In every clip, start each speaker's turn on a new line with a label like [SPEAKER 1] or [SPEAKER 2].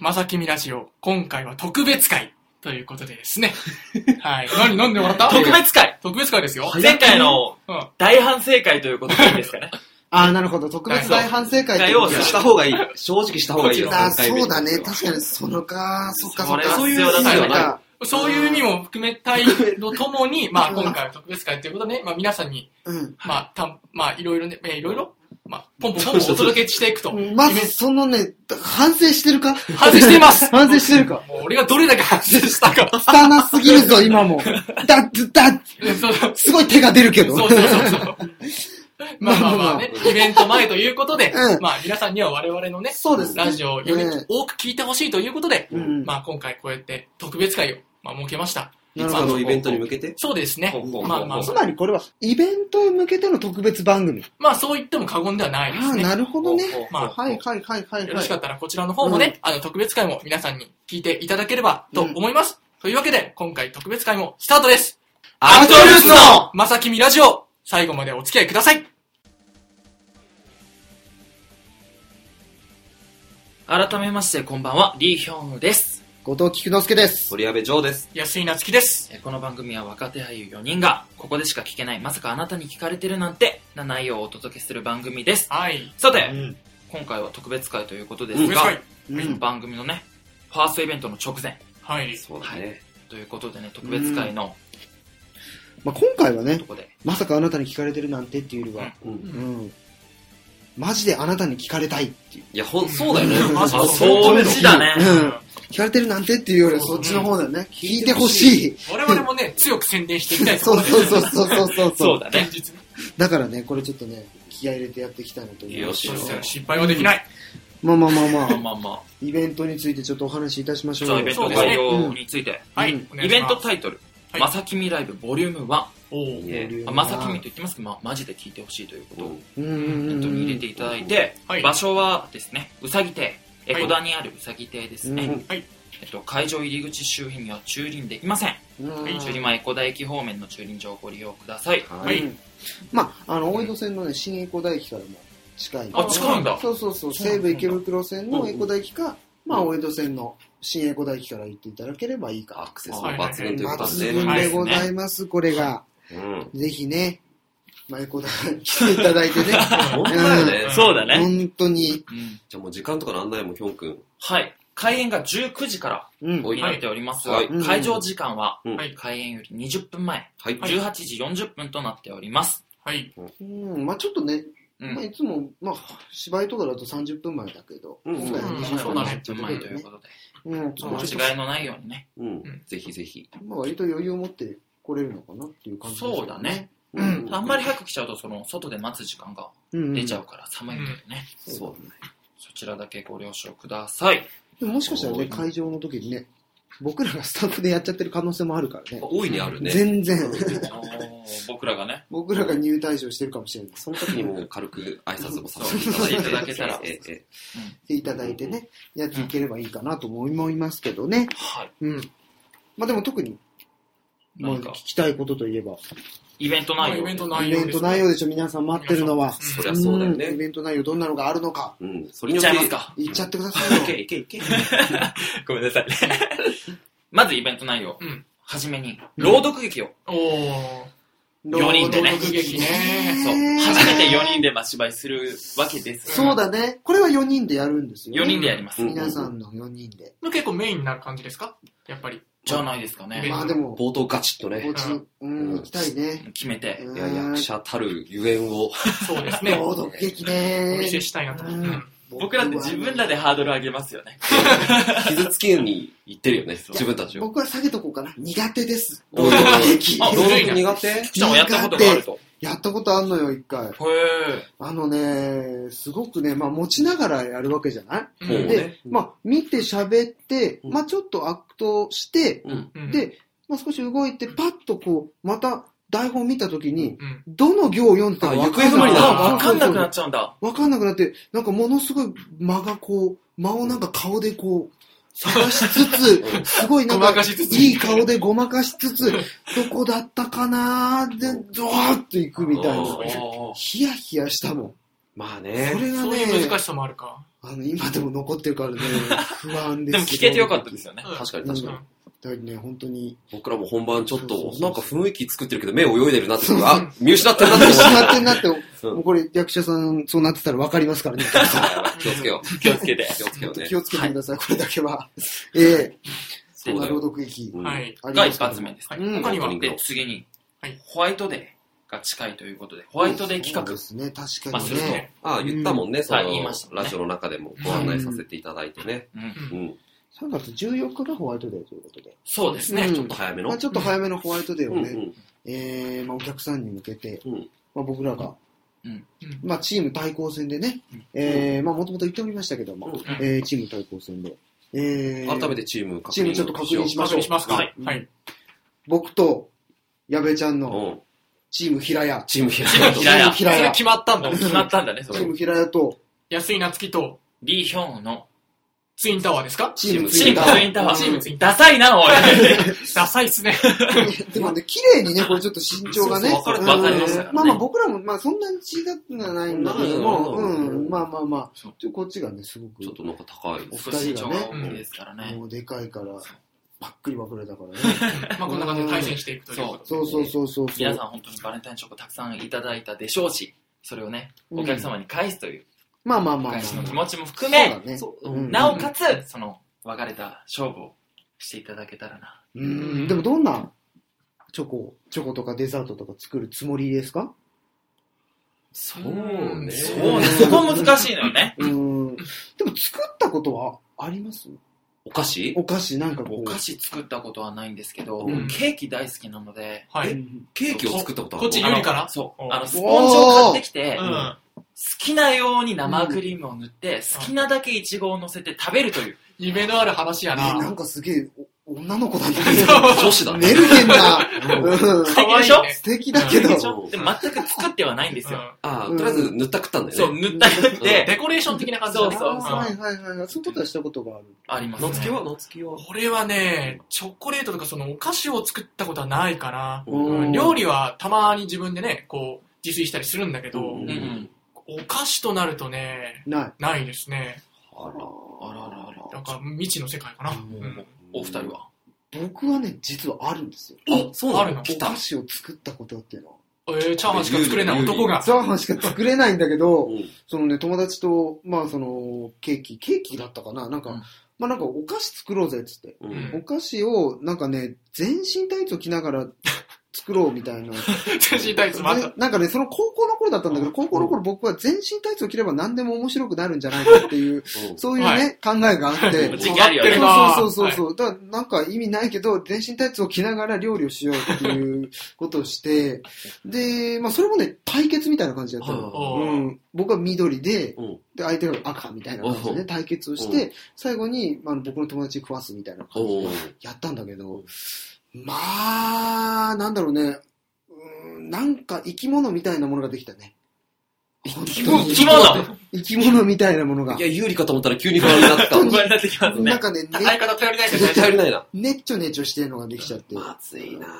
[SPEAKER 1] まさきみラジオ、今回は特別会ということで ですね。はい。何、なんで笑った
[SPEAKER 2] 特別会
[SPEAKER 1] 特別会ですよ。
[SPEAKER 3] はい
[SPEAKER 2] 前回の
[SPEAKER 1] うん。
[SPEAKER 2] 大反省会ということでいいですか ね。
[SPEAKER 3] ああ、なるほど。特別大反省会ってこと
[SPEAKER 2] い
[SPEAKER 3] で
[SPEAKER 2] や
[SPEAKER 3] す
[SPEAKER 2] そ
[SPEAKER 3] ね
[SPEAKER 4] した方がいい。正直した方がいいよ。
[SPEAKER 3] あーそうだね。
[SPEAKER 4] 今回
[SPEAKER 3] 確かに、そのか、そっか、
[SPEAKER 2] そ
[SPEAKER 3] そっ
[SPEAKER 2] れ
[SPEAKER 3] か。
[SPEAKER 2] は
[SPEAKER 3] そういう
[SPEAKER 2] 必要だ
[SPEAKER 3] 意
[SPEAKER 2] った
[SPEAKER 3] 味
[SPEAKER 2] よね
[SPEAKER 3] か。
[SPEAKER 1] そういう意味も含めたいのとも に、まあ今回は特別会ということで、まあ皆さんに、
[SPEAKER 3] うん。
[SPEAKER 1] まあ、たんまあいろいろね、えーいろいろ、まあ、ポンポンポンポンお届けしていくと。
[SPEAKER 3] ま
[SPEAKER 1] イメージ
[SPEAKER 3] ず、そのね、反省してるか
[SPEAKER 1] 反省しています
[SPEAKER 3] 反省してるか
[SPEAKER 1] もう俺がどれだけ反省したか。
[SPEAKER 3] 汚すぎるぞ、今も。だ、だ、
[SPEAKER 1] そうそうそう
[SPEAKER 3] すごい手が出るけど。
[SPEAKER 1] そう そう。まあまあまあね
[SPEAKER 3] ま、
[SPEAKER 1] イベント前ということで、
[SPEAKER 3] うん
[SPEAKER 1] まあ皆さんには我々のね、
[SPEAKER 3] そうですね
[SPEAKER 1] ラジオをより
[SPEAKER 3] うん
[SPEAKER 1] 多く聞いてほしいということで、
[SPEAKER 3] うん
[SPEAKER 1] まあ今回こうやって特別会を、まあ、設けました。
[SPEAKER 3] なる
[SPEAKER 4] あ
[SPEAKER 3] ほ
[SPEAKER 4] の
[SPEAKER 3] ど。
[SPEAKER 4] イベントに向けて。
[SPEAKER 1] そうですね
[SPEAKER 4] ほうほうほ。う
[SPEAKER 1] まあまあ
[SPEAKER 3] つ、まりこれは、イベントに向けての特別番組。
[SPEAKER 1] まあそう言っても過言ではないで
[SPEAKER 3] あ
[SPEAKER 1] す
[SPEAKER 3] あ、
[SPEAKER 1] ね。
[SPEAKER 3] なるほどね。
[SPEAKER 1] まあ
[SPEAKER 3] はいはいはいはい
[SPEAKER 1] よ
[SPEAKER 3] は
[SPEAKER 1] ろしか
[SPEAKER 3] い。
[SPEAKER 1] ったらこちらの方もね、あの特別会も皆さんに聞いていただければと思います。というわけで、今回特別会もスタートです。
[SPEAKER 2] アウトルースの
[SPEAKER 1] まさきみラジオ、最後までお付き合いください。
[SPEAKER 2] 改めまして、こんばんは、リーヒョンウです。
[SPEAKER 3] 後藤菊之助です。
[SPEAKER 4] 鳥矢部城です。
[SPEAKER 1] 安井なつきです。
[SPEAKER 2] えーこの番組は若手俳優4人が、ここでしか聞けない、まさかあなたに聞かれてるなんて、な内容をお届けする番組です。
[SPEAKER 1] はい。
[SPEAKER 2] さ
[SPEAKER 3] う
[SPEAKER 2] て、
[SPEAKER 3] ん。
[SPEAKER 2] 今回は特別会ということで
[SPEAKER 1] 特
[SPEAKER 2] す
[SPEAKER 1] 別
[SPEAKER 2] が、
[SPEAKER 1] 会。
[SPEAKER 3] う
[SPEAKER 2] この
[SPEAKER 3] ん。
[SPEAKER 2] 番組のね、ファーストイベントの直前
[SPEAKER 1] はい。
[SPEAKER 4] そうだね。
[SPEAKER 2] ということでね、特別会の
[SPEAKER 3] まあ、今回はね
[SPEAKER 2] と、こで、
[SPEAKER 3] まさかあなたに聞かれてるなんてっていうよりは、
[SPEAKER 4] うん
[SPEAKER 3] うん。マジであなたに聞かれたいっていう。
[SPEAKER 4] いや、ほん、そうだよね。
[SPEAKER 1] うん
[SPEAKER 4] あ
[SPEAKER 2] あ、
[SPEAKER 4] そう
[SPEAKER 2] そうちだね。
[SPEAKER 3] うん。聞かれてるなんてっていうよりは、そっちの方だよね。聞いてほしい。
[SPEAKER 1] 我々もね、強く宣伝していきたいと
[SPEAKER 3] そ
[SPEAKER 1] こ
[SPEAKER 3] う
[SPEAKER 1] ろで
[SPEAKER 3] そうそうそうそうそう。
[SPEAKER 2] そうだね
[SPEAKER 1] 現。実ね
[SPEAKER 3] だからね、これちょっとね、気合い入れてやっていきたいなと思いま
[SPEAKER 4] よ
[SPEAKER 3] す
[SPEAKER 4] し
[SPEAKER 1] そうですよ。失敗はできない。
[SPEAKER 3] まあまあまあま
[SPEAKER 2] まあ
[SPEAKER 3] あ、
[SPEAKER 2] まあまあ。
[SPEAKER 3] イベントについてちょっとお話しいたしましょう
[SPEAKER 2] じゃあ、
[SPEAKER 3] よ。
[SPEAKER 2] イベント
[SPEAKER 1] の
[SPEAKER 2] 概
[SPEAKER 3] そうです
[SPEAKER 2] 要
[SPEAKER 3] ね
[SPEAKER 2] について。
[SPEAKER 1] はい。
[SPEAKER 3] うん
[SPEAKER 1] お願
[SPEAKER 2] イ
[SPEAKER 1] いし
[SPEAKER 2] ベン
[SPEAKER 1] ま
[SPEAKER 2] ト
[SPEAKER 1] す
[SPEAKER 2] タイトル、
[SPEAKER 1] はい
[SPEAKER 2] まさきみライブボリューム1。
[SPEAKER 1] お
[SPEAKER 4] いい
[SPEAKER 1] ー
[SPEAKER 4] ね。
[SPEAKER 2] まあまさきみと言ってますけど、まあ、マジで聞いてほしいということを
[SPEAKER 3] うんうん
[SPEAKER 2] イ
[SPEAKER 3] う
[SPEAKER 2] ベ
[SPEAKER 3] ん
[SPEAKER 2] ン
[SPEAKER 3] う
[SPEAKER 2] トに
[SPEAKER 3] ん
[SPEAKER 2] 入れていただいて、
[SPEAKER 1] はい
[SPEAKER 2] 場所はですね、うさぎ亭、え
[SPEAKER 1] はい
[SPEAKER 2] 小田にあるうさぎ亭ですね、
[SPEAKER 3] うん
[SPEAKER 1] はい
[SPEAKER 2] えっと、会場入り口周辺には駐輪できません。
[SPEAKER 3] うん
[SPEAKER 2] 駐輪は江古田駅方面の駐輪場をご利用ください。
[SPEAKER 4] は。
[SPEAKER 1] はいい
[SPEAKER 3] うんまあ、あの、大江戸線のね、新江古田駅からも近い。
[SPEAKER 2] あ、近いんだ。
[SPEAKER 3] そうそうそう、
[SPEAKER 2] そうなん
[SPEAKER 3] 西
[SPEAKER 2] だ
[SPEAKER 3] 武池袋線の江古田駅か、
[SPEAKER 4] ん
[SPEAKER 3] まあ、大江戸線の新江古田駅から行っていただければいい
[SPEAKER 4] ア
[SPEAKER 3] か。
[SPEAKER 4] クセスも抜群ということ
[SPEAKER 3] 抜
[SPEAKER 4] で
[SPEAKER 3] 群
[SPEAKER 4] ね。
[SPEAKER 3] でございます、これが。
[SPEAKER 4] うん。
[SPEAKER 3] ぜひね、まあ、江古田 来ていただいてね。
[SPEAKER 4] 本当だよ ね。
[SPEAKER 2] そうだね。
[SPEAKER 3] 本当に。
[SPEAKER 2] うん
[SPEAKER 4] じゃあもう時間とかの案内も、きょんくん。
[SPEAKER 2] はい。開演が19時から
[SPEAKER 3] うん。
[SPEAKER 4] おい
[SPEAKER 2] になっておりますが、
[SPEAKER 4] はい
[SPEAKER 3] はい
[SPEAKER 2] 会場時間は
[SPEAKER 4] うん
[SPEAKER 1] はい
[SPEAKER 2] 開演より20分前、
[SPEAKER 4] はい。
[SPEAKER 2] 18時40分となっております。
[SPEAKER 1] はい。
[SPEAKER 3] うん、まあちょっとね、
[SPEAKER 2] う
[SPEAKER 3] まあ、
[SPEAKER 2] ん。
[SPEAKER 3] いつも、まあ、芝居とかだと30分前だけど、
[SPEAKER 4] うん
[SPEAKER 3] 今回は
[SPEAKER 1] うん
[SPEAKER 3] 20
[SPEAKER 1] そう
[SPEAKER 3] 分
[SPEAKER 1] だ
[SPEAKER 3] 前
[SPEAKER 1] ね
[SPEAKER 2] 20分前ということで、
[SPEAKER 3] うん、ち
[SPEAKER 2] お
[SPEAKER 3] ょっと
[SPEAKER 2] 間違いのないようにね。
[SPEAKER 4] うん
[SPEAKER 1] ん。
[SPEAKER 4] ぜひぜひ。
[SPEAKER 3] まあ割と余裕を持って来れるのかなっていう感じですよ
[SPEAKER 2] そうだね。
[SPEAKER 1] うん
[SPEAKER 2] あんまり早く来ちゃうと、その、外で待つ時間が
[SPEAKER 3] うん
[SPEAKER 2] 出ちゃうから寒いのでね、
[SPEAKER 4] そうだね。
[SPEAKER 2] そちらだけご了承ください。
[SPEAKER 3] でももしかしたらね、会場の時にね、僕らがスタッフでやっちゃってる可能性もあるからね。
[SPEAKER 4] 大いにあるね。
[SPEAKER 3] 全然。
[SPEAKER 2] 僕らがね、
[SPEAKER 3] 僕らが入退場してるかもしれない。
[SPEAKER 4] その時にもう軽く挨拶もさせていただい
[SPEAKER 2] そう
[SPEAKER 4] て。
[SPEAKER 2] いただけたら
[SPEAKER 4] ええええ
[SPEAKER 3] でいただいてね、やっていければいいかなとも思いますけどね。
[SPEAKER 2] はい。
[SPEAKER 3] うん。まあでも特に、まあ
[SPEAKER 2] なんか
[SPEAKER 3] 聞きたいことといえば、
[SPEAKER 2] イベント内容。
[SPEAKER 1] イベント内
[SPEAKER 3] イ
[SPEAKER 1] 容
[SPEAKER 3] ベ
[SPEAKER 1] です
[SPEAKER 3] ント内容でしょ、皆さん待ってるのは。
[SPEAKER 4] そりゃそうだよ
[SPEAKER 3] んイ
[SPEAKER 4] ね。
[SPEAKER 3] ベント内容どんなのがあるのか、
[SPEAKER 4] うん。そ
[SPEAKER 2] い
[SPEAKER 4] れ
[SPEAKER 2] っ
[SPEAKER 4] に
[SPEAKER 2] ち
[SPEAKER 4] よ
[SPEAKER 2] ゃ
[SPEAKER 4] っ
[SPEAKER 2] い
[SPEAKER 4] て
[SPEAKER 2] ます か。
[SPEAKER 3] 言っちゃってくださ
[SPEAKER 4] い
[SPEAKER 3] い よ。
[SPEAKER 4] けいけいけ。
[SPEAKER 2] ごめんなさい。 まずイベント内容。
[SPEAKER 1] うん
[SPEAKER 2] はじめに、朗読劇を。
[SPEAKER 1] おー。
[SPEAKER 2] 4人でね
[SPEAKER 1] 朗読劇ね。
[SPEAKER 2] そう。
[SPEAKER 3] へー
[SPEAKER 2] 初めて4人でまあ芝居するわけです。
[SPEAKER 3] そうだね。これは4人でやるんですよ、
[SPEAKER 2] 4
[SPEAKER 3] ね。
[SPEAKER 2] 人でやります。
[SPEAKER 4] うん
[SPEAKER 3] 皆さんの4人で。
[SPEAKER 1] 結構メインになる感じですかやっぱり。
[SPEAKER 2] じゃないですか
[SPEAKER 1] うん
[SPEAKER 2] ね。
[SPEAKER 3] まあでも、
[SPEAKER 4] 冒頭ガチッと
[SPEAKER 3] お
[SPEAKER 4] ね
[SPEAKER 3] う。ちに、うん、行きたいね。
[SPEAKER 2] 決めて。
[SPEAKER 4] いや、役者たるゆえんを。
[SPEAKER 1] そうです ね。
[SPEAKER 3] 朗読劇
[SPEAKER 1] お見せ
[SPEAKER 3] ね。
[SPEAKER 1] したいなと。
[SPEAKER 3] う
[SPEAKER 1] うんん
[SPEAKER 2] 僕らって自分らでハードル上げますよね。
[SPEAKER 4] 傷つけに行ってるよね、自分たちを。
[SPEAKER 3] 僕は下げとこうかな。苦手です。
[SPEAKER 4] お
[SPEAKER 3] 朗
[SPEAKER 4] ー
[SPEAKER 3] 読劇。
[SPEAKER 2] あ
[SPEAKER 4] 朗読苦手
[SPEAKER 2] 菊ちゃんはやったことがあると。
[SPEAKER 3] やったことあんのよ、一回。
[SPEAKER 2] へー。
[SPEAKER 3] あのね、すごくね、まあ持ちながらやるわけじゃない、
[SPEAKER 1] う
[SPEAKER 4] ほうん
[SPEAKER 3] で
[SPEAKER 4] ね、
[SPEAKER 3] まあ見て喋って、
[SPEAKER 4] うん
[SPEAKER 3] まあちょっとアクトして、
[SPEAKER 4] うん。
[SPEAKER 1] うん、
[SPEAKER 3] で、まあ少し動いて、パッとこう、また台本見たときに、
[SPEAKER 1] うん。
[SPEAKER 3] どの行を読んでたか分かんな
[SPEAKER 4] あ行方不明
[SPEAKER 3] く
[SPEAKER 4] だ
[SPEAKER 3] な
[SPEAKER 2] あ
[SPEAKER 3] る
[SPEAKER 2] わかんなくなっちゃうんだ。
[SPEAKER 3] わかんなくなって、なんかものすごい間がこう、間をなんか顔でこう、探しつ
[SPEAKER 4] う
[SPEAKER 3] つ、すごいなんか
[SPEAKER 1] ごまかしつ、つ
[SPEAKER 3] いい顔でごまかしつつ、どこだったかなーで、ドワーッと行くみたい
[SPEAKER 4] あ
[SPEAKER 3] な。
[SPEAKER 4] ー
[SPEAKER 3] ヒヤヒヤしたもん。
[SPEAKER 4] まあね
[SPEAKER 3] そ。れが
[SPEAKER 1] そう
[SPEAKER 3] ね
[SPEAKER 1] いう難しさもあるか。
[SPEAKER 3] あの今でも残ってるからね不安です
[SPEAKER 2] でも聞けてよかったですよね。
[SPEAKER 1] うん
[SPEAKER 4] 確かに確かに。
[SPEAKER 3] だからね本当に
[SPEAKER 4] 僕らも本番ちょっ
[SPEAKER 3] そうそう
[SPEAKER 4] と
[SPEAKER 3] そ、う
[SPEAKER 4] なんか雰囲気作ってるけど目泳いでるなってことが、
[SPEAKER 1] そう
[SPEAKER 4] あ、見失ってるなって
[SPEAKER 3] 失
[SPEAKER 4] ことが
[SPEAKER 3] ってんなって
[SPEAKER 4] うん
[SPEAKER 3] もうこれ役者さんそうなってたら分かりますからね
[SPEAKER 4] 気をつけよ う。
[SPEAKER 2] 気をつけて。
[SPEAKER 4] 気をつけようね
[SPEAKER 3] 気。をつけてください、これだけはええ
[SPEAKER 4] そうだよ
[SPEAKER 3] 朗読劇
[SPEAKER 4] うん
[SPEAKER 1] はい。
[SPEAKER 3] あ
[SPEAKER 2] が
[SPEAKER 3] ります
[SPEAKER 2] 一
[SPEAKER 3] から
[SPEAKER 2] 発目ですね。
[SPEAKER 3] うん
[SPEAKER 1] 他には、
[SPEAKER 4] うん
[SPEAKER 2] で、次に
[SPEAKER 1] はい、
[SPEAKER 2] ホワイトデーが近いということで、ホワイトデー企
[SPEAKER 3] そうで
[SPEAKER 2] 画。
[SPEAKER 3] すね確
[SPEAKER 2] ま
[SPEAKER 3] か
[SPEAKER 2] あ
[SPEAKER 3] に
[SPEAKER 2] する
[SPEAKER 3] ね
[SPEAKER 2] ね
[SPEAKER 4] あ言ったもんね、その、
[SPEAKER 2] はい言いましたね
[SPEAKER 4] ラジオの中でもご案内させていただいてね。
[SPEAKER 2] うん
[SPEAKER 1] う
[SPEAKER 4] うんん。
[SPEAKER 3] 3月14日がホワイトデーということで、
[SPEAKER 2] そうですね。
[SPEAKER 4] ちょっと早めの。
[SPEAKER 3] まあ、ちょっと早めのホワイトデーを
[SPEAKER 4] うん
[SPEAKER 3] ね、
[SPEAKER 4] うん。
[SPEAKER 3] えーまあ、お客さんに向けて、
[SPEAKER 4] うん
[SPEAKER 3] まあ、僕らが、
[SPEAKER 2] うん
[SPEAKER 3] まあ、チーム対抗戦でね
[SPEAKER 2] うん、
[SPEAKER 3] えーまあ、もともと言っておりましたけども、
[SPEAKER 4] うん
[SPEAKER 3] えーチーム対抗戦で、えー
[SPEAKER 4] 改めてチーム確認
[SPEAKER 3] チームちょっと確認しま
[SPEAKER 1] 確
[SPEAKER 3] しょう
[SPEAKER 1] 認しますか。
[SPEAKER 2] は
[SPEAKER 1] はいい。
[SPEAKER 3] 僕と矢部ちゃんの
[SPEAKER 4] うん。
[SPEAKER 3] チーム平屋、
[SPEAKER 4] チーム平
[SPEAKER 2] チーム平
[SPEAKER 3] チーム
[SPEAKER 2] 屋。
[SPEAKER 1] そ
[SPEAKER 3] 平
[SPEAKER 1] れ
[SPEAKER 3] 屋、
[SPEAKER 1] 決まったんだ。
[SPEAKER 2] 決まったんだね、そ
[SPEAKER 3] チー
[SPEAKER 2] れ。
[SPEAKER 3] ム平屋と
[SPEAKER 1] 安井夏樹と
[SPEAKER 2] リーヒョンの
[SPEAKER 1] ツインタワーですか
[SPEAKER 3] チーム
[SPEAKER 2] チームツインタワー。
[SPEAKER 1] チ
[SPEAKER 3] チー
[SPEAKER 1] ー
[SPEAKER 3] ム
[SPEAKER 1] ム
[SPEAKER 3] ツ
[SPEAKER 1] ツ
[SPEAKER 3] イ
[SPEAKER 1] イ
[SPEAKER 3] ン
[SPEAKER 1] ン
[SPEAKER 2] ダサいな、おい。
[SPEAKER 1] ダサいっすね。
[SPEAKER 3] タワー。でもね、綺麗にね、これちょっと身長がね、
[SPEAKER 4] そ
[SPEAKER 2] 分
[SPEAKER 4] うそう
[SPEAKER 2] かる
[SPEAKER 3] うん
[SPEAKER 2] 分かりましたからね
[SPEAKER 3] まあまあ僕らも、まあそんなに小さくはないんだけども、
[SPEAKER 4] そんなに
[SPEAKER 3] うん、まあまあまあ、
[SPEAKER 2] そう
[SPEAKER 3] ちょこっちがね、すごく
[SPEAKER 4] ちょっ、となんか高い。
[SPEAKER 3] お
[SPEAKER 2] そう
[SPEAKER 3] 二
[SPEAKER 2] 身
[SPEAKER 3] 人
[SPEAKER 2] 長
[SPEAKER 3] がね
[SPEAKER 2] が大きいですからね。
[SPEAKER 3] もうでかいから、ばっくり分くれたから ね。
[SPEAKER 1] まあこんな感じで対戦していくということで。
[SPEAKER 3] そうそうそうそう。
[SPEAKER 2] 皆さん本当にバレンタインチョコたくさんいただいたでしょうし、それをね、
[SPEAKER 3] うん
[SPEAKER 2] お客様に返すという、
[SPEAKER 3] まあまあまあまあ
[SPEAKER 2] 返しの気持ちも
[SPEAKER 3] そ
[SPEAKER 2] 含
[SPEAKER 3] う
[SPEAKER 2] め
[SPEAKER 3] だ、ね。
[SPEAKER 4] そう
[SPEAKER 3] うん
[SPEAKER 2] なおかつ、その、別れた勝負をしていただけたらな。
[SPEAKER 3] うん。でもどんなチョコ、チョコとかデザートとか作るつもりで すか
[SPEAKER 4] そ
[SPEAKER 1] うん
[SPEAKER 2] そう
[SPEAKER 3] う
[SPEAKER 2] ね
[SPEAKER 3] ね、
[SPEAKER 2] そこ難しいのよね。
[SPEAKER 3] うん。でも作ったことはあります
[SPEAKER 4] お菓子
[SPEAKER 3] お菓子なんかこう。
[SPEAKER 2] お菓子作ったことはないんですけど、
[SPEAKER 4] うん
[SPEAKER 2] ケーキ大好きなので、
[SPEAKER 1] は
[SPEAKER 3] う
[SPEAKER 1] い。
[SPEAKER 3] ん
[SPEAKER 4] ケーキを作ったことあ
[SPEAKER 1] こ
[SPEAKER 4] る
[SPEAKER 1] っち
[SPEAKER 2] あの
[SPEAKER 1] 有利かな
[SPEAKER 2] そう。
[SPEAKER 1] お
[SPEAKER 2] あの、スポンジを買ってきて、
[SPEAKER 1] う
[SPEAKER 2] 好
[SPEAKER 1] ん。
[SPEAKER 2] きなように生クリームを塗って、好きなだけイチゴを乗せて食べるという。
[SPEAKER 1] 夢のある話や
[SPEAKER 3] ねな
[SPEAKER 1] な。
[SPEAKER 3] んかすげえ、お女の子だね。
[SPEAKER 4] 女子だ
[SPEAKER 3] メルヘ ンな。うん
[SPEAKER 2] 素敵でしょ
[SPEAKER 1] 可愛いね
[SPEAKER 3] 素敵だけど。
[SPEAKER 4] うん
[SPEAKER 3] そ
[SPEAKER 2] で全く作ってはないんですよ。
[SPEAKER 4] あーとりあえず塗ったくったんだ
[SPEAKER 2] そ
[SPEAKER 4] よ
[SPEAKER 2] う、
[SPEAKER 4] ね。
[SPEAKER 2] 塗ったりって、
[SPEAKER 1] デコレーション的な感じ だ
[SPEAKER 2] そう
[SPEAKER 1] ね
[SPEAKER 2] そう
[SPEAKER 3] あーはいはいはいはい。そういうことはしたことがある。
[SPEAKER 2] ありますね。
[SPEAKER 4] 夏希は夏希は
[SPEAKER 1] 俺はね、チョコレートとかそのお菓子を作ったことはないかな。
[SPEAKER 3] うん
[SPEAKER 1] うん料理はたまに自分でね、こう、自炊したりするんだけど、
[SPEAKER 4] うん
[SPEAKER 2] うん。
[SPEAKER 1] お菓子となるとね、
[SPEAKER 3] ない。
[SPEAKER 1] ないですね。
[SPEAKER 4] あら
[SPEAKER 2] あらあらあら。
[SPEAKER 1] だから未知の世界かな。
[SPEAKER 3] うん
[SPEAKER 1] うん
[SPEAKER 2] お二人は
[SPEAKER 3] 僕はね、実はあるんですよ。
[SPEAKER 4] あ、そうな
[SPEAKER 1] ある
[SPEAKER 4] の
[SPEAKER 1] の
[SPEAKER 4] 来
[SPEAKER 3] お
[SPEAKER 4] た
[SPEAKER 3] 菓。子を作ったことっていうのは。
[SPEAKER 1] えー、チャーハンしか作れない男が。
[SPEAKER 3] チャーハンしか作れないんだけ ど、
[SPEAKER 4] うん
[SPEAKER 3] そのね、友達と、まあその、ケーキ、ケーキだったかななんか、
[SPEAKER 2] うん
[SPEAKER 3] まあなんかお菓子作ろうぜっつって。
[SPEAKER 1] う
[SPEAKER 4] う
[SPEAKER 1] ん
[SPEAKER 4] ん
[SPEAKER 3] お菓子を、なんかね、全身タイツを着な がら作ろうみたいな。
[SPEAKER 1] 全身タイツもあった
[SPEAKER 3] で。なんかね、その高校の頃だったんだけど、高校の頃僕は全身タイツを着れば何でも面白くなるんじゃないかっていう、そういうね、
[SPEAKER 1] は
[SPEAKER 3] 考えがあって。
[SPEAKER 2] 時期あるよ
[SPEAKER 1] やってる。
[SPEAKER 2] ね
[SPEAKER 1] な
[SPEAKER 3] そうそうそうそう、だからなんか意味ないけど、全身タイツを着ながら料理をしようっていうことをして、で、まあそれもね、対決みたいな感じだったの。
[SPEAKER 4] は
[SPEAKER 1] いううん
[SPEAKER 3] ん、僕は緑で、
[SPEAKER 4] うんうん
[SPEAKER 3] で相手が赤みたいな感じで
[SPEAKER 4] お
[SPEAKER 3] ね、
[SPEAKER 4] う
[SPEAKER 3] 対決をして、最後に、まあ、あの僕の友達に食わすみたいな
[SPEAKER 4] お
[SPEAKER 3] 感じで
[SPEAKER 4] ー
[SPEAKER 3] やったんだけど、まあ、なんだろうね、うんなんか生き物みたいなものができたね。生き
[SPEAKER 2] 物生き 物
[SPEAKER 3] 生き物みたいなものが
[SPEAKER 4] い。や、有利かと思ったら急に不安になった。
[SPEAKER 2] 不安になってきます
[SPEAKER 3] な
[SPEAKER 2] ね
[SPEAKER 3] ん。かね、ね
[SPEAKER 1] 相方頼りないけど
[SPEAKER 4] 絶
[SPEAKER 1] ね
[SPEAKER 4] 対足りないな。
[SPEAKER 3] ねっちょねっちょしてるのができちゃって。
[SPEAKER 4] まずいなぁ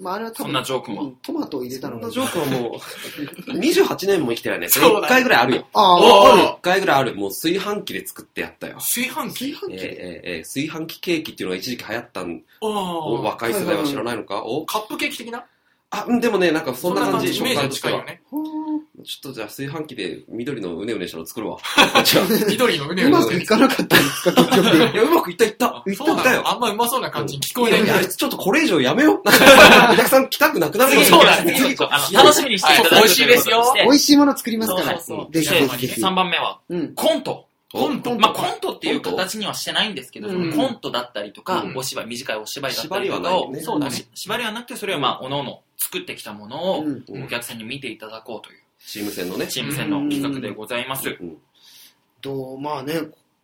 [SPEAKER 3] まあ、あれは多
[SPEAKER 2] そん
[SPEAKER 3] 分
[SPEAKER 2] なジョーク
[SPEAKER 3] う
[SPEAKER 2] も。
[SPEAKER 3] んトマトを入れた
[SPEAKER 4] そ
[SPEAKER 3] の
[SPEAKER 4] ん
[SPEAKER 3] が
[SPEAKER 4] なジョークはも う、28年も生きてないね。それ
[SPEAKER 1] そうだね
[SPEAKER 4] 1回ぐらいあるよ。
[SPEAKER 3] ああ、
[SPEAKER 1] おー
[SPEAKER 4] 1回ぐらいある。もう炊飯器で作ってやったよ。
[SPEAKER 1] 炊飯
[SPEAKER 3] 炊
[SPEAKER 1] 器
[SPEAKER 3] 飯器
[SPEAKER 4] えー
[SPEAKER 3] で。
[SPEAKER 4] えーえー炊飯器ケーキっていうのが一時期流行ったんお
[SPEAKER 1] ああ。
[SPEAKER 4] 若い世代は知らないのかお
[SPEAKER 1] カップケーキ的な
[SPEAKER 4] あ、うんでもね、なんかそんな感じ、
[SPEAKER 1] イメ
[SPEAKER 4] 食
[SPEAKER 1] ージは
[SPEAKER 4] 感とし
[SPEAKER 1] 近
[SPEAKER 4] て
[SPEAKER 1] いよ
[SPEAKER 4] は。
[SPEAKER 1] ね。
[SPEAKER 3] ほー
[SPEAKER 4] ちょっとじゃあ炊飯器で緑のうねうねしたの作るわ。 じゃあ
[SPEAKER 1] 緑のうね
[SPEAKER 3] う
[SPEAKER 1] うね
[SPEAKER 3] まくいかなかったんですか、結 局。
[SPEAKER 4] いや、うまくいったいった。いっ
[SPEAKER 1] そう
[SPEAKER 4] た
[SPEAKER 1] な
[SPEAKER 4] よ
[SPEAKER 1] の。あんまうまそうな感じに聞こ
[SPEAKER 4] い
[SPEAKER 1] えな
[SPEAKER 4] や
[SPEAKER 1] い
[SPEAKER 4] い
[SPEAKER 1] んだ
[SPEAKER 4] や、
[SPEAKER 1] よ。
[SPEAKER 4] ちょっとこれ以上やめよう。お客さん来たくなくなるよ
[SPEAKER 2] そうだね。
[SPEAKER 4] 次
[SPEAKER 2] 次
[SPEAKER 4] 行こ
[SPEAKER 2] あの楽しみにしていただ
[SPEAKER 1] はい
[SPEAKER 2] くとうこと
[SPEAKER 1] 美
[SPEAKER 3] 美味しいもの作ります
[SPEAKER 2] そう
[SPEAKER 3] か
[SPEAKER 2] そう
[SPEAKER 3] ら。
[SPEAKER 2] そう。
[SPEAKER 3] ぜひぜひぜひ。
[SPEAKER 2] 3番目は、
[SPEAKER 3] うん。
[SPEAKER 2] コント。
[SPEAKER 4] う
[SPEAKER 1] コント
[SPEAKER 2] まあコントっていう形にはしてないんですけど、
[SPEAKER 3] うん
[SPEAKER 2] そのコントだったりとか
[SPEAKER 4] う、ん
[SPEAKER 2] お芝居、短いお芝居だったりと
[SPEAKER 4] 縛りはない
[SPEAKER 2] か
[SPEAKER 4] よ、ね
[SPEAKER 2] そうだね
[SPEAKER 3] う
[SPEAKER 2] 縛りはなくて、それをまあ、おのの作ってきたものを
[SPEAKER 3] うん
[SPEAKER 4] うん
[SPEAKER 2] お客さんに見ていただこうという、
[SPEAKER 4] チーム戦のね。
[SPEAKER 2] チーム戦の企画でございます。
[SPEAKER 4] うん
[SPEAKER 3] と、まあね、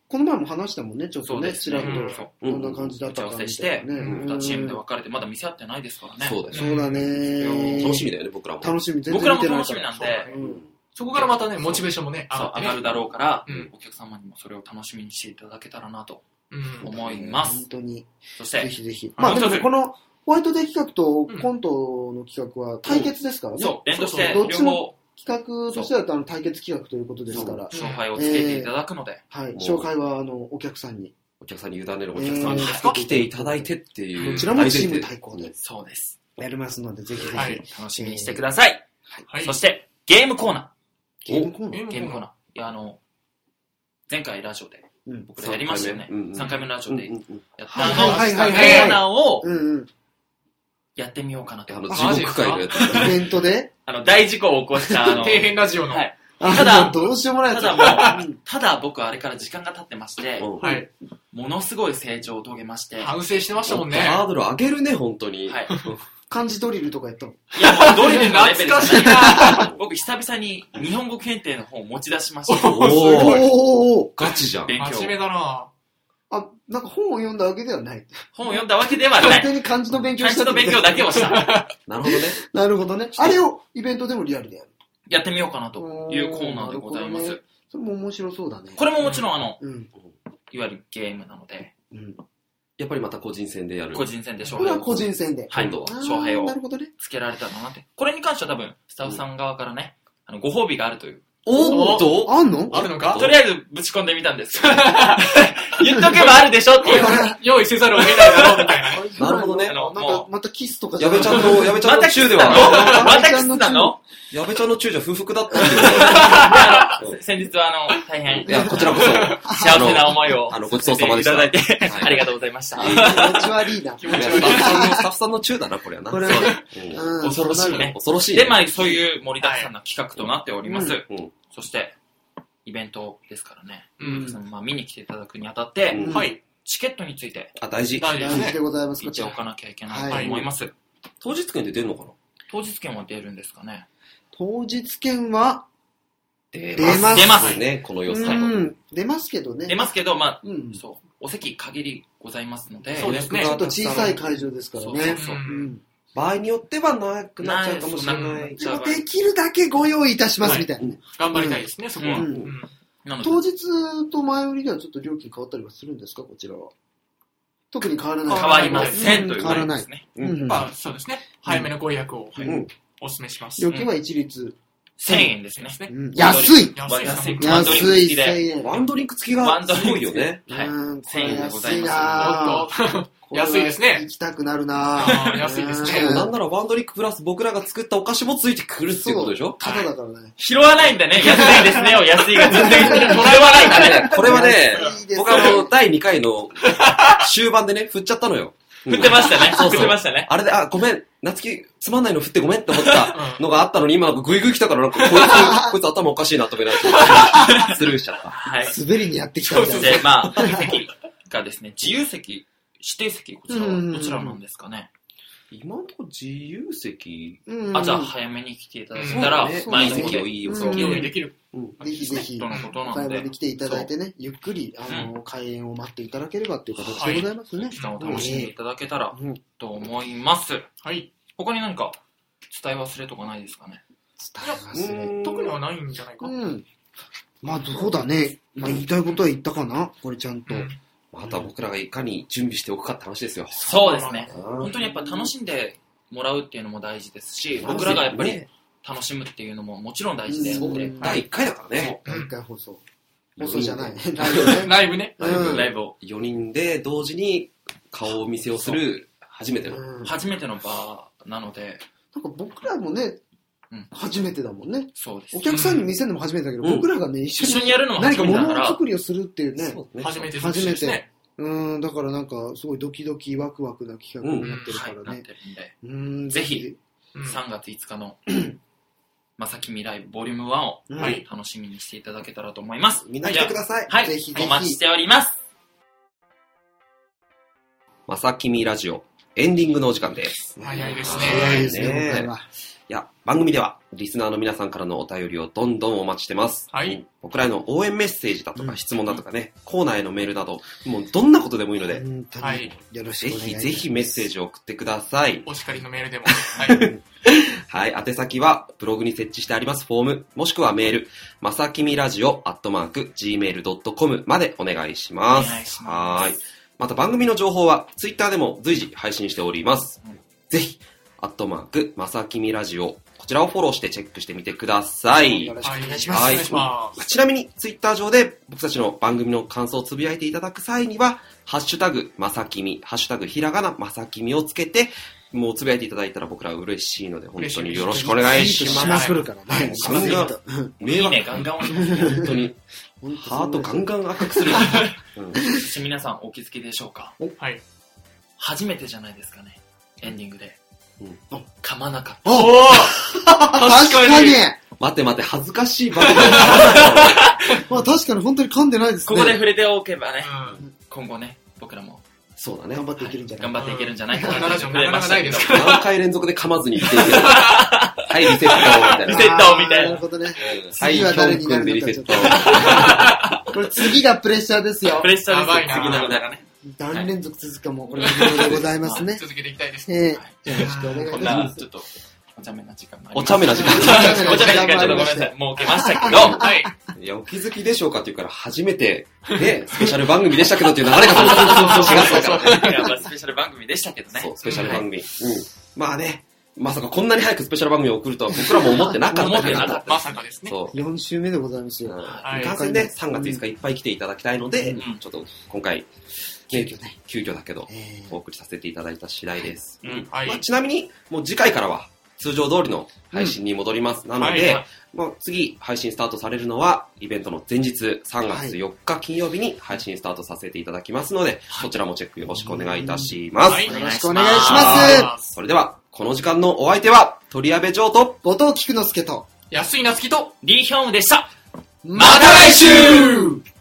[SPEAKER 3] この前も話したもんね、ちょっ
[SPEAKER 2] そ
[SPEAKER 3] と
[SPEAKER 2] うで
[SPEAKER 3] ね、
[SPEAKER 2] す
[SPEAKER 3] ち
[SPEAKER 2] ね
[SPEAKER 3] らっと。
[SPEAKER 1] うん
[SPEAKER 2] そう
[SPEAKER 3] こんな感じだっ
[SPEAKER 2] 打ち
[SPEAKER 3] た
[SPEAKER 2] 合
[SPEAKER 3] か
[SPEAKER 2] わ
[SPEAKER 3] ら
[SPEAKER 2] せして、
[SPEAKER 3] ね
[SPEAKER 4] うん
[SPEAKER 2] 二チームで
[SPEAKER 3] うん
[SPEAKER 2] 分かれて、まだ見せ合ってないですからね。
[SPEAKER 4] そうだよ。
[SPEAKER 3] そうだね。
[SPEAKER 4] 楽しみだよね、僕らも。
[SPEAKER 3] 楽しみ。全然
[SPEAKER 2] 僕らも
[SPEAKER 3] 見て
[SPEAKER 2] 楽
[SPEAKER 3] い
[SPEAKER 2] し
[SPEAKER 3] か
[SPEAKER 2] み
[SPEAKER 3] ら
[SPEAKER 2] なんで、
[SPEAKER 4] う
[SPEAKER 3] うんん。
[SPEAKER 1] そこからまたね、モチベーションもね、上
[SPEAKER 2] そ
[SPEAKER 1] が
[SPEAKER 2] う
[SPEAKER 1] って
[SPEAKER 2] 上
[SPEAKER 1] ね
[SPEAKER 2] がるだろうから
[SPEAKER 1] うん、
[SPEAKER 2] お客様にもそれを楽しみにしていただけたらなと
[SPEAKER 1] うん。
[SPEAKER 2] 思います
[SPEAKER 3] 本。当に。
[SPEAKER 2] そし
[SPEAKER 3] ぜ
[SPEAKER 2] て、
[SPEAKER 3] ひぜひ。
[SPEAKER 1] あ
[SPEAKER 3] まあで
[SPEAKER 1] 本当
[SPEAKER 3] も
[SPEAKER 1] に
[SPEAKER 3] この、ホワイトデー企画と
[SPEAKER 1] うん
[SPEAKER 3] コントの企画は対決ですからね。
[SPEAKER 2] そう、連動して、
[SPEAKER 1] そう
[SPEAKER 3] そう
[SPEAKER 2] 両方
[SPEAKER 3] 企画としてはあの対決企画ということですから、
[SPEAKER 2] 勝敗をつけていただくので、
[SPEAKER 3] はい、紹介はあのお客さんに。
[SPEAKER 4] お客さんに委ねるお客さ
[SPEAKER 1] え
[SPEAKER 4] ん
[SPEAKER 1] ー
[SPEAKER 4] に来ていただいてっていう。
[SPEAKER 3] こちらもチ
[SPEAKER 4] 大
[SPEAKER 3] ー
[SPEAKER 4] 前
[SPEAKER 3] ム
[SPEAKER 4] 提
[SPEAKER 3] 対抗で
[SPEAKER 2] そうです。
[SPEAKER 3] やりますので、ぜひぜひ。
[SPEAKER 1] はい
[SPEAKER 2] 楽しみにしてください。
[SPEAKER 1] はい。
[SPEAKER 2] そして、ゲームコーナ
[SPEAKER 3] ゲームコーナー
[SPEAKER 1] え
[SPEAKER 2] ー。ゲームコーナー。いや、あの、前回ラジオで
[SPEAKER 3] うん。
[SPEAKER 2] 僕らやりましたよね。
[SPEAKER 4] 三回目うんうん
[SPEAKER 2] 3回目のラジオで
[SPEAKER 4] うんうんうん
[SPEAKER 2] やった、
[SPEAKER 1] はい
[SPEAKER 2] あの、
[SPEAKER 3] はいはい
[SPEAKER 1] はいはい
[SPEAKER 2] コーナーを
[SPEAKER 3] うんうん。
[SPEAKER 2] やってみようかな
[SPEAKER 4] え
[SPEAKER 2] と。
[SPEAKER 4] あの、
[SPEAKER 1] あ
[SPEAKER 4] 地獄界のやつ。
[SPEAKER 3] イベントで。
[SPEAKER 2] あの、大事故を起こし た、あ
[SPEAKER 1] 底
[SPEAKER 2] の、
[SPEAKER 1] 辺ラジオの。
[SPEAKER 2] は
[SPEAKER 1] はいい。
[SPEAKER 2] ただ
[SPEAKER 3] あどうしようもないやつ。
[SPEAKER 2] ただ
[SPEAKER 3] うん
[SPEAKER 2] ただ僕あれから時間が経ってまして、
[SPEAKER 4] うん
[SPEAKER 2] ものすごい成長を遂げまして、
[SPEAKER 1] 反省してましたもんね。
[SPEAKER 4] ハードル上げるね、本当に。
[SPEAKER 2] はい
[SPEAKER 3] 漢字ドリルとかやったの。
[SPEAKER 2] いや、もうどれでもレベルじゃ
[SPEAKER 1] 懐
[SPEAKER 2] ない僕、久々に日本語検定の本を持ち出しました。
[SPEAKER 4] お
[SPEAKER 1] す
[SPEAKER 3] お
[SPEAKER 4] おー
[SPEAKER 3] おおー
[SPEAKER 4] ガチじゃん。
[SPEAKER 2] 勉強
[SPEAKER 1] 真面目だな
[SPEAKER 3] あ、なんか本を読んだわけではない。
[SPEAKER 2] 本を読んだわけではな
[SPEAKER 3] 勝
[SPEAKER 2] い。
[SPEAKER 3] 手に漢字の勉強
[SPEAKER 2] 漢
[SPEAKER 3] した
[SPEAKER 2] 字の勉強だけをした。
[SPEAKER 4] なるほどね。
[SPEAKER 3] なるほどね。あれをイベントでもリアルでやる。
[SPEAKER 2] やってみようかなというコーナーでございま
[SPEAKER 3] おーなるほど
[SPEAKER 2] す
[SPEAKER 3] ね。それも面白そうだね。
[SPEAKER 2] これももちろん、あの、
[SPEAKER 3] うん。
[SPEAKER 2] いわゆるゲームなので、
[SPEAKER 3] うん。
[SPEAKER 4] やっぱりまた個人戦でやる。
[SPEAKER 2] 個人戦で勝
[SPEAKER 3] これ
[SPEAKER 2] 敗
[SPEAKER 3] は個
[SPEAKER 2] を
[SPEAKER 3] 人戦で。
[SPEAKER 2] はい
[SPEAKER 4] 今度は
[SPEAKER 2] 勝敗
[SPEAKER 3] あー
[SPEAKER 2] を
[SPEAKER 3] なるほどね。
[SPEAKER 2] つけられたらなって。これに関しては多分、スタッフさん側からね、あのご褒美があるという。
[SPEAKER 4] おっと
[SPEAKER 3] あんの
[SPEAKER 1] あるのか
[SPEAKER 2] とりあえずぶち込んでみたんです。言っとけばあるでしょっていう。
[SPEAKER 1] 用意せざるを得ないだろうみたいな。
[SPEAKER 4] なるほどね
[SPEAKER 3] あのなんか、またキスとか
[SPEAKER 4] 矢部ちゃん
[SPEAKER 3] の
[SPEAKER 4] の、矢部ちゃ
[SPEAKER 2] ま
[SPEAKER 4] んの
[SPEAKER 2] たキ
[SPEAKER 4] 中
[SPEAKER 2] ス
[SPEAKER 4] で
[SPEAKER 2] な
[SPEAKER 4] は、
[SPEAKER 2] のまたキスなの
[SPEAKER 4] 矢部ちゃんの中じゃ不服だったんだよね
[SPEAKER 2] 先日はあの、大変
[SPEAKER 4] いや、こちらこそ。
[SPEAKER 2] 幸せな思いを
[SPEAKER 4] あの、ごちそうさまでした。
[SPEAKER 2] いただいて、
[SPEAKER 4] はい
[SPEAKER 2] ありがとうございました。
[SPEAKER 3] 気持ち悪いな。
[SPEAKER 1] 気
[SPEAKER 4] い
[SPEAKER 1] 持
[SPEAKER 4] や
[SPEAKER 1] ち
[SPEAKER 4] ス
[SPEAKER 1] 悪
[SPEAKER 4] タッ
[SPEAKER 1] い。
[SPEAKER 4] フさんの、スタッフさんの中だな、これはな。
[SPEAKER 3] これはね
[SPEAKER 4] うん
[SPEAKER 3] うん
[SPEAKER 2] 恐ろしいね。
[SPEAKER 4] 恐ろしいね。
[SPEAKER 2] で、まあ、そういう盛りだくさんな企画となっております。
[SPEAKER 4] うん
[SPEAKER 2] そして、イベントですからね。
[SPEAKER 1] うん。
[SPEAKER 2] そのまあ、見に来ていただくにあたって、
[SPEAKER 4] うん
[SPEAKER 1] はい。
[SPEAKER 2] チケットについて
[SPEAKER 4] あ、大事。
[SPEAKER 1] 大事
[SPEAKER 3] 大
[SPEAKER 1] です
[SPEAKER 3] 事
[SPEAKER 1] ね。
[SPEAKER 3] でございます、
[SPEAKER 2] 言
[SPEAKER 3] こ
[SPEAKER 2] っ
[SPEAKER 3] ち
[SPEAKER 2] てお
[SPEAKER 3] ら。
[SPEAKER 2] かなきゃいけないと思います。
[SPEAKER 4] 当日券で出るのかな
[SPEAKER 2] 当日券は出るんですかね。
[SPEAKER 3] 当日券は、
[SPEAKER 4] 出
[SPEAKER 3] ます
[SPEAKER 2] 出ます
[SPEAKER 4] ね、この
[SPEAKER 3] う
[SPEAKER 4] 予算。
[SPEAKER 3] ん、出ますけどね。
[SPEAKER 2] 出ますけど、まあ、
[SPEAKER 3] うん。ちょ
[SPEAKER 2] そう、お席限りございますので、
[SPEAKER 1] そうですね
[SPEAKER 3] っと小さい会場ですから
[SPEAKER 2] そう
[SPEAKER 3] ね。
[SPEAKER 2] そう
[SPEAKER 3] うん。
[SPEAKER 4] 場合によってはなくなっちゃうかもしれ
[SPEAKER 1] な
[SPEAKER 4] ないい
[SPEAKER 3] で。もできるだけご用意いたしますみたいなね。
[SPEAKER 1] 頑張りたいですね、そこは。
[SPEAKER 3] う
[SPEAKER 1] うんん。
[SPEAKER 2] なので
[SPEAKER 3] 当日と前売りではちょっと料金変わったりはするんですか、こちらは。特に変わらない。
[SPEAKER 2] 変わりませんという
[SPEAKER 3] 変わ
[SPEAKER 2] こ
[SPEAKER 3] ら
[SPEAKER 2] と
[SPEAKER 3] な
[SPEAKER 2] で
[SPEAKER 3] い
[SPEAKER 2] す。ね。
[SPEAKER 4] う
[SPEAKER 3] うん
[SPEAKER 4] ん。
[SPEAKER 1] まあ、そうですね。早めのご予約を
[SPEAKER 4] うん
[SPEAKER 1] お勧めします。
[SPEAKER 3] 料金は一律。
[SPEAKER 2] 1000円ですね。
[SPEAKER 3] うん安い
[SPEAKER 1] 安いですね。
[SPEAKER 2] ワンドリンク付
[SPEAKER 3] 安い
[SPEAKER 2] きで
[SPEAKER 3] 1000円。
[SPEAKER 4] ワンドリンク付きがすごいよね。
[SPEAKER 2] はい。
[SPEAKER 3] うん、こ
[SPEAKER 2] 1000
[SPEAKER 3] れ
[SPEAKER 2] 円でござ
[SPEAKER 3] 安
[SPEAKER 2] い
[SPEAKER 3] い
[SPEAKER 2] ます
[SPEAKER 3] な
[SPEAKER 1] お
[SPEAKER 3] ぁ
[SPEAKER 1] っと安いですね。
[SPEAKER 3] 行きたくなるな
[SPEAKER 1] あー安いですね
[SPEAKER 4] でもなん
[SPEAKER 3] だ
[SPEAKER 4] ならワンドリンクプラス僕らが作ったお菓子も付いてくるっていうことでしょ
[SPEAKER 3] ただだからね。
[SPEAKER 2] 拾わないんだね。安いですねを安いがずっと言ってる。拾わないんだね。
[SPEAKER 4] これはね
[SPEAKER 3] 安いです、ね
[SPEAKER 4] 僕はあの、第2回の終盤でね、振っちゃったのよ。
[SPEAKER 2] 振ってましたね。
[SPEAKER 4] そうそう
[SPEAKER 2] 振ってましたね。
[SPEAKER 4] あれで、あ、ごめん、夏希、つまんないの振ってごめんって思ったのがあったのに、今なんかグイグイ来たから、なんか、こいつ、こいつ頭おかしいなと思いながら、スルーしちゃった。
[SPEAKER 2] はい。
[SPEAKER 3] 滑りにやってきた
[SPEAKER 2] そ
[SPEAKER 3] みた
[SPEAKER 2] し
[SPEAKER 3] いな
[SPEAKER 2] て、。まあ、席がですね、自由席、指定席、こちらは、
[SPEAKER 3] うん
[SPEAKER 2] どちらなんですかね。
[SPEAKER 4] 今のとこ自由席
[SPEAKER 3] うんうん
[SPEAKER 2] あ、じゃあ、早めに来ていただけ
[SPEAKER 1] うん
[SPEAKER 2] たら
[SPEAKER 4] ね、
[SPEAKER 2] 前の
[SPEAKER 4] いい
[SPEAKER 2] 方
[SPEAKER 4] 席
[SPEAKER 2] で
[SPEAKER 4] を、いいよ、
[SPEAKER 3] うん
[SPEAKER 4] 席を
[SPEAKER 1] 用意できる。
[SPEAKER 2] と
[SPEAKER 3] ぜひぜひ、
[SPEAKER 2] のことな
[SPEAKER 3] 買
[SPEAKER 2] の
[SPEAKER 3] い物
[SPEAKER 2] で
[SPEAKER 3] に、来ていただいてね、ゆっくり、あの、開園を待っていただければっていう形でございますね。
[SPEAKER 2] 時間を楽しんでいただけたら
[SPEAKER 4] うん、
[SPEAKER 2] と思います。
[SPEAKER 1] はい。
[SPEAKER 2] 他に何か、伝え忘れとかないですかね。
[SPEAKER 3] 伝え忘れ
[SPEAKER 1] 特にはないんじゃないか。
[SPEAKER 3] うん。まあ、どうだね。まあ、言いたいことは言ったかなこれちゃんと。
[SPEAKER 1] うん
[SPEAKER 4] また僕らがいかに準備しておくかって話ですよ。
[SPEAKER 2] そうですね。
[SPEAKER 4] 本
[SPEAKER 2] 本当にやっぱ楽しんでもらうっていうのも大事ですし、僕らがやっぱり楽しむっていうのももちろん大事で、
[SPEAKER 3] うん
[SPEAKER 2] で
[SPEAKER 4] 第1回だからね。
[SPEAKER 3] 第一回放送。放送じゃない。
[SPEAKER 1] ライブねライブね。
[SPEAKER 3] うん
[SPEAKER 2] ライブを、
[SPEAKER 4] 4人で同時に顔を見せをする初めての。
[SPEAKER 3] うん
[SPEAKER 2] 初めての場なので、
[SPEAKER 3] なんか僕らもね
[SPEAKER 2] うん、
[SPEAKER 3] 初めてだもんね。
[SPEAKER 2] そうです
[SPEAKER 3] お。客さんに見せるのも初めてだけど、
[SPEAKER 4] うん
[SPEAKER 3] 僕らがね、一
[SPEAKER 2] 一
[SPEAKER 3] 緒
[SPEAKER 2] 緒
[SPEAKER 3] に
[SPEAKER 2] にやるのも
[SPEAKER 3] 何
[SPEAKER 2] 初
[SPEAKER 3] か
[SPEAKER 2] めてだか
[SPEAKER 3] 物
[SPEAKER 2] ら、
[SPEAKER 3] 作りをするっていうね。
[SPEAKER 4] そうね
[SPEAKER 1] 初めて
[SPEAKER 3] 初めて
[SPEAKER 1] ですね。
[SPEAKER 3] うん、だからなんか、すごいドキドキワクワクな企画になってるか
[SPEAKER 2] はい、
[SPEAKER 3] ら
[SPEAKER 2] なっ
[SPEAKER 3] ね。
[SPEAKER 2] てるんで、
[SPEAKER 3] うん、
[SPEAKER 2] ぜひ。
[SPEAKER 1] うん
[SPEAKER 2] 3月5日 の、まさきみライブボリューム1を
[SPEAKER 3] うん
[SPEAKER 1] はい
[SPEAKER 2] 楽しみにしていただけたらと思います。
[SPEAKER 4] みんな来てください。
[SPEAKER 2] はい
[SPEAKER 3] ぜひぜ、ひ
[SPEAKER 2] お待ちしております。
[SPEAKER 4] まさきみラジオ、エンディングのお時間です。
[SPEAKER 1] 早いですね
[SPEAKER 3] 早いですね、
[SPEAKER 4] ね
[SPEAKER 3] 今回は。
[SPEAKER 4] いや、番組では、リスナーの皆さんからのお便りをどんどんお待ちしてます。
[SPEAKER 1] はい。
[SPEAKER 4] 僕らへの応援メッセージだと
[SPEAKER 3] うん
[SPEAKER 4] か、質問だとかね、コーナーへのメールなど、もうどんなことでもいいので、
[SPEAKER 3] 本当に
[SPEAKER 1] はい
[SPEAKER 3] よろし
[SPEAKER 4] ぜ
[SPEAKER 3] くお願い
[SPEAKER 4] ひ
[SPEAKER 3] します。
[SPEAKER 4] ぜひメッセージを送ってください。
[SPEAKER 1] お叱りのメールでも。はい。
[SPEAKER 4] はい、宛先は、ブログに設置してありますフォーム、もしくはメール、まさきみラジオ、アットマーク、gmail.com までお願いします。
[SPEAKER 2] お願いします
[SPEAKER 4] はーい。また番組の情報は、ツイッターでも随時配信しております。
[SPEAKER 2] うん
[SPEAKER 4] ぜひ、アットマーク、まさきみラジオ。こちらをフォローしてチェックしてみてください
[SPEAKER 3] よ。ろしく
[SPEAKER 1] は
[SPEAKER 3] お
[SPEAKER 1] い、お
[SPEAKER 3] 願
[SPEAKER 1] 願
[SPEAKER 3] い
[SPEAKER 1] い
[SPEAKER 3] し
[SPEAKER 1] しま
[SPEAKER 3] ま。
[SPEAKER 1] すす。
[SPEAKER 4] は
[SPEAKER 1] お
[SPEAKER 4] い
[SPEAKER 1] 願いします。
[SPEAKER 4] ちなみに、ツイッター上で僕たちの番組の感想をつぶやいていただく際には、ハッシュタグ、まさきみ、ハッシュタグ、ひらがな、まさきみをつけて、もうつぶやいていただいたら僕ら嬉しいので、本当によろしくお願いし
[SPEAKER 1] 嬉
[SPEAKER 4] ま
[SPEAKER 1] しいです
[SPEAKER 4] す。
[SPEAKER 3] くるから
[SPEAKER 1] はい
[SPEAKER 3] ね。もう完全に
[SPEAKER 2] い
[SPEAKER 4] 迷
[SPEAKER 2] い
[SPEAKER 4] 惑
[SPEAKER 2] ね、ガンガン押します。
[SPEAKER 4] 本当に、ハートガンガン 赤くする。うん
[SPEAKER 2] そして皆さんお気づきでしょうか
[SPEAKER 1] はい。
[SPEAKER 2] 初めてじゃないですかね。エンディングで。
[SPEAKER 4] うん
[SPEAKER 2] 噛まなかった。
[SPEAKER 1] おお
[SPEAKER 3] 確
[SPEAKER 1] 確
[SPEAKER 3] かに。
[SPEAKER 4] 待って待って、恥ずかしい場面だ
[SPEAKER 3] まあ確かに本当に噛んでないです
[SPEAKER 2] こ
[SPEAKER 3] ね。
[SPEAKER 2] こで触れておけばね、
[SPEAKER 1] うん。
[SPEAKER 2] 今後ね、僕らも
[SPEAKER 4] そうだね
[SPEAKER 3] 頑。張っていけるんじゃな
[SPEAKER 2] 頑
[SPEAKER 3] い
[SPEAKER 2] 張っていけるんじゃないか
[SPEAKER 1] このラジオなかなかないですか
[SPEAKER 4] 何回連続で噛まずに言っていける。はい、リセットみたい
[SPEAKER 2] リ
[SPEAKER 4] な
[SPEAKER 2] セ。ットみたいな
[SPEAKER 3] あーなるほどね。
[SPEAKER 4] はい、ヒ
[SPEAKER 3] 次は誰
[SPEAKER 4] ョン
[SPEAKER 3] にな
[SPEAKER 4] 君
[SPEAKER 3] るの
[SPEAKER 4] でリ
[SPEAKER 3] か
[SPEAKER 4] セ
[SPEAKER 3] ちょ
[SPEAKER 4] ッ
[SPEAKER 3] っ
[SPEAKER 4] ト
[SPEAKER 3] と。これ次がプレッシャーですよ
[SPEAKER 2] プ。レッシャーです
[SPEAKER 1] やば
[SPEAKER 2] よ
[SPEAKER 1] いな
[SPEAKER 2] 次の歌がね。
[SPEAKER 3] 何連続続くかも、これ無料でございますね。
[SPEAKER 1] 続けていきたいです。
[SPEAKER 3] え
[SPEAKER 2] はい
[SPEAKER 3] え、よろしくお願いい
[SPEAKER 2] こ
[SPEAKER 3] た
[SPEAKER 2] ん
[SPEAKER 3] しま
[SPEAKER 2] な、
[SPEAKER 3] す。
[SPEAKER 2] ちょっと、お茶目な時間もあり
[SPEAKER 4] お
[SPEAKER 2] ま
[SPEAKER 4] 茶
[SPEAKER 2] す
[SPEAKER 4] 目な時間。
[SPEAKER 2] お茶目な時間、ちょっとごめんなさい。もう受けましたけど、
[SPEAKER 1] はい。
[SPEAKER 4] いや、お気づきでしょうかって言うから、初めて、ね、スペシャル番組でしたけどっていう流れが、そう
[SPEAKER 1] そう
[SPEAKER 4] 違
[SPEAKER 1] そう
[SPEAKER 4] うからね。
[SPEAKER 2] いやまあスペシャル番組でしたけどね。
[SPEAKER 4] そう、スペシャル番組。うん。まあね、まさかこんなに早くスペシャル番組を送るとは僕らも思ってなかった
[SPEAKER 2] 思ってなかっ
[SPEAKER 1] まさかですね。
[SPEAKER 4] そう。
[SPEAKER 3] 4週目でございますよ。
[SPEAKER 1] い
[SPEAKER 4] いかんせんね、3月5日いっぱい来ていただきたいので、
[SPEAKER 2] うん
[SPEAKER 4] ちょっと今回、
[SPEAKER 3] 急
[SPEAKER 4] ね
[SPEAKER 3] 遽ね。
[SPEAKER 4] 急遽だけど、
[SPEAKER 3] え
[SPEAKER 4] お送りさせていただいた次第です。
[SPEAKER 2] うん。
[SPEAKER 1] はい
[SPEAKER 4] まあ、。ちなみに、もう次回からは通常通りの配信に戻ります。なの
[SPEAKER 1] はい
[SPEAKER 4] で
[SPEAKER 1] はい、
[SPEAKER 4] まあ、次配信スタートされるのは、イベントの前日、3月4日金曜日に配信スタートさせていただきますので、そちらもチェックよろしくお願いいたします。
[SPEAKER 1] はい
[SPEAKER 3] ーよろしくお願いします。
[SPEAKER 1] す。
[SPEAKER 4] それでは、この時間のお相手は、鳥矢部城と、
[SPEAKER 3] 後藤菊之助と、
[SPEAKER 1] 安井なつきと、
[SPEAKER 2] リーヒョンウでした
[SPEAKER 3] ま
[SPEAKER 1] た来週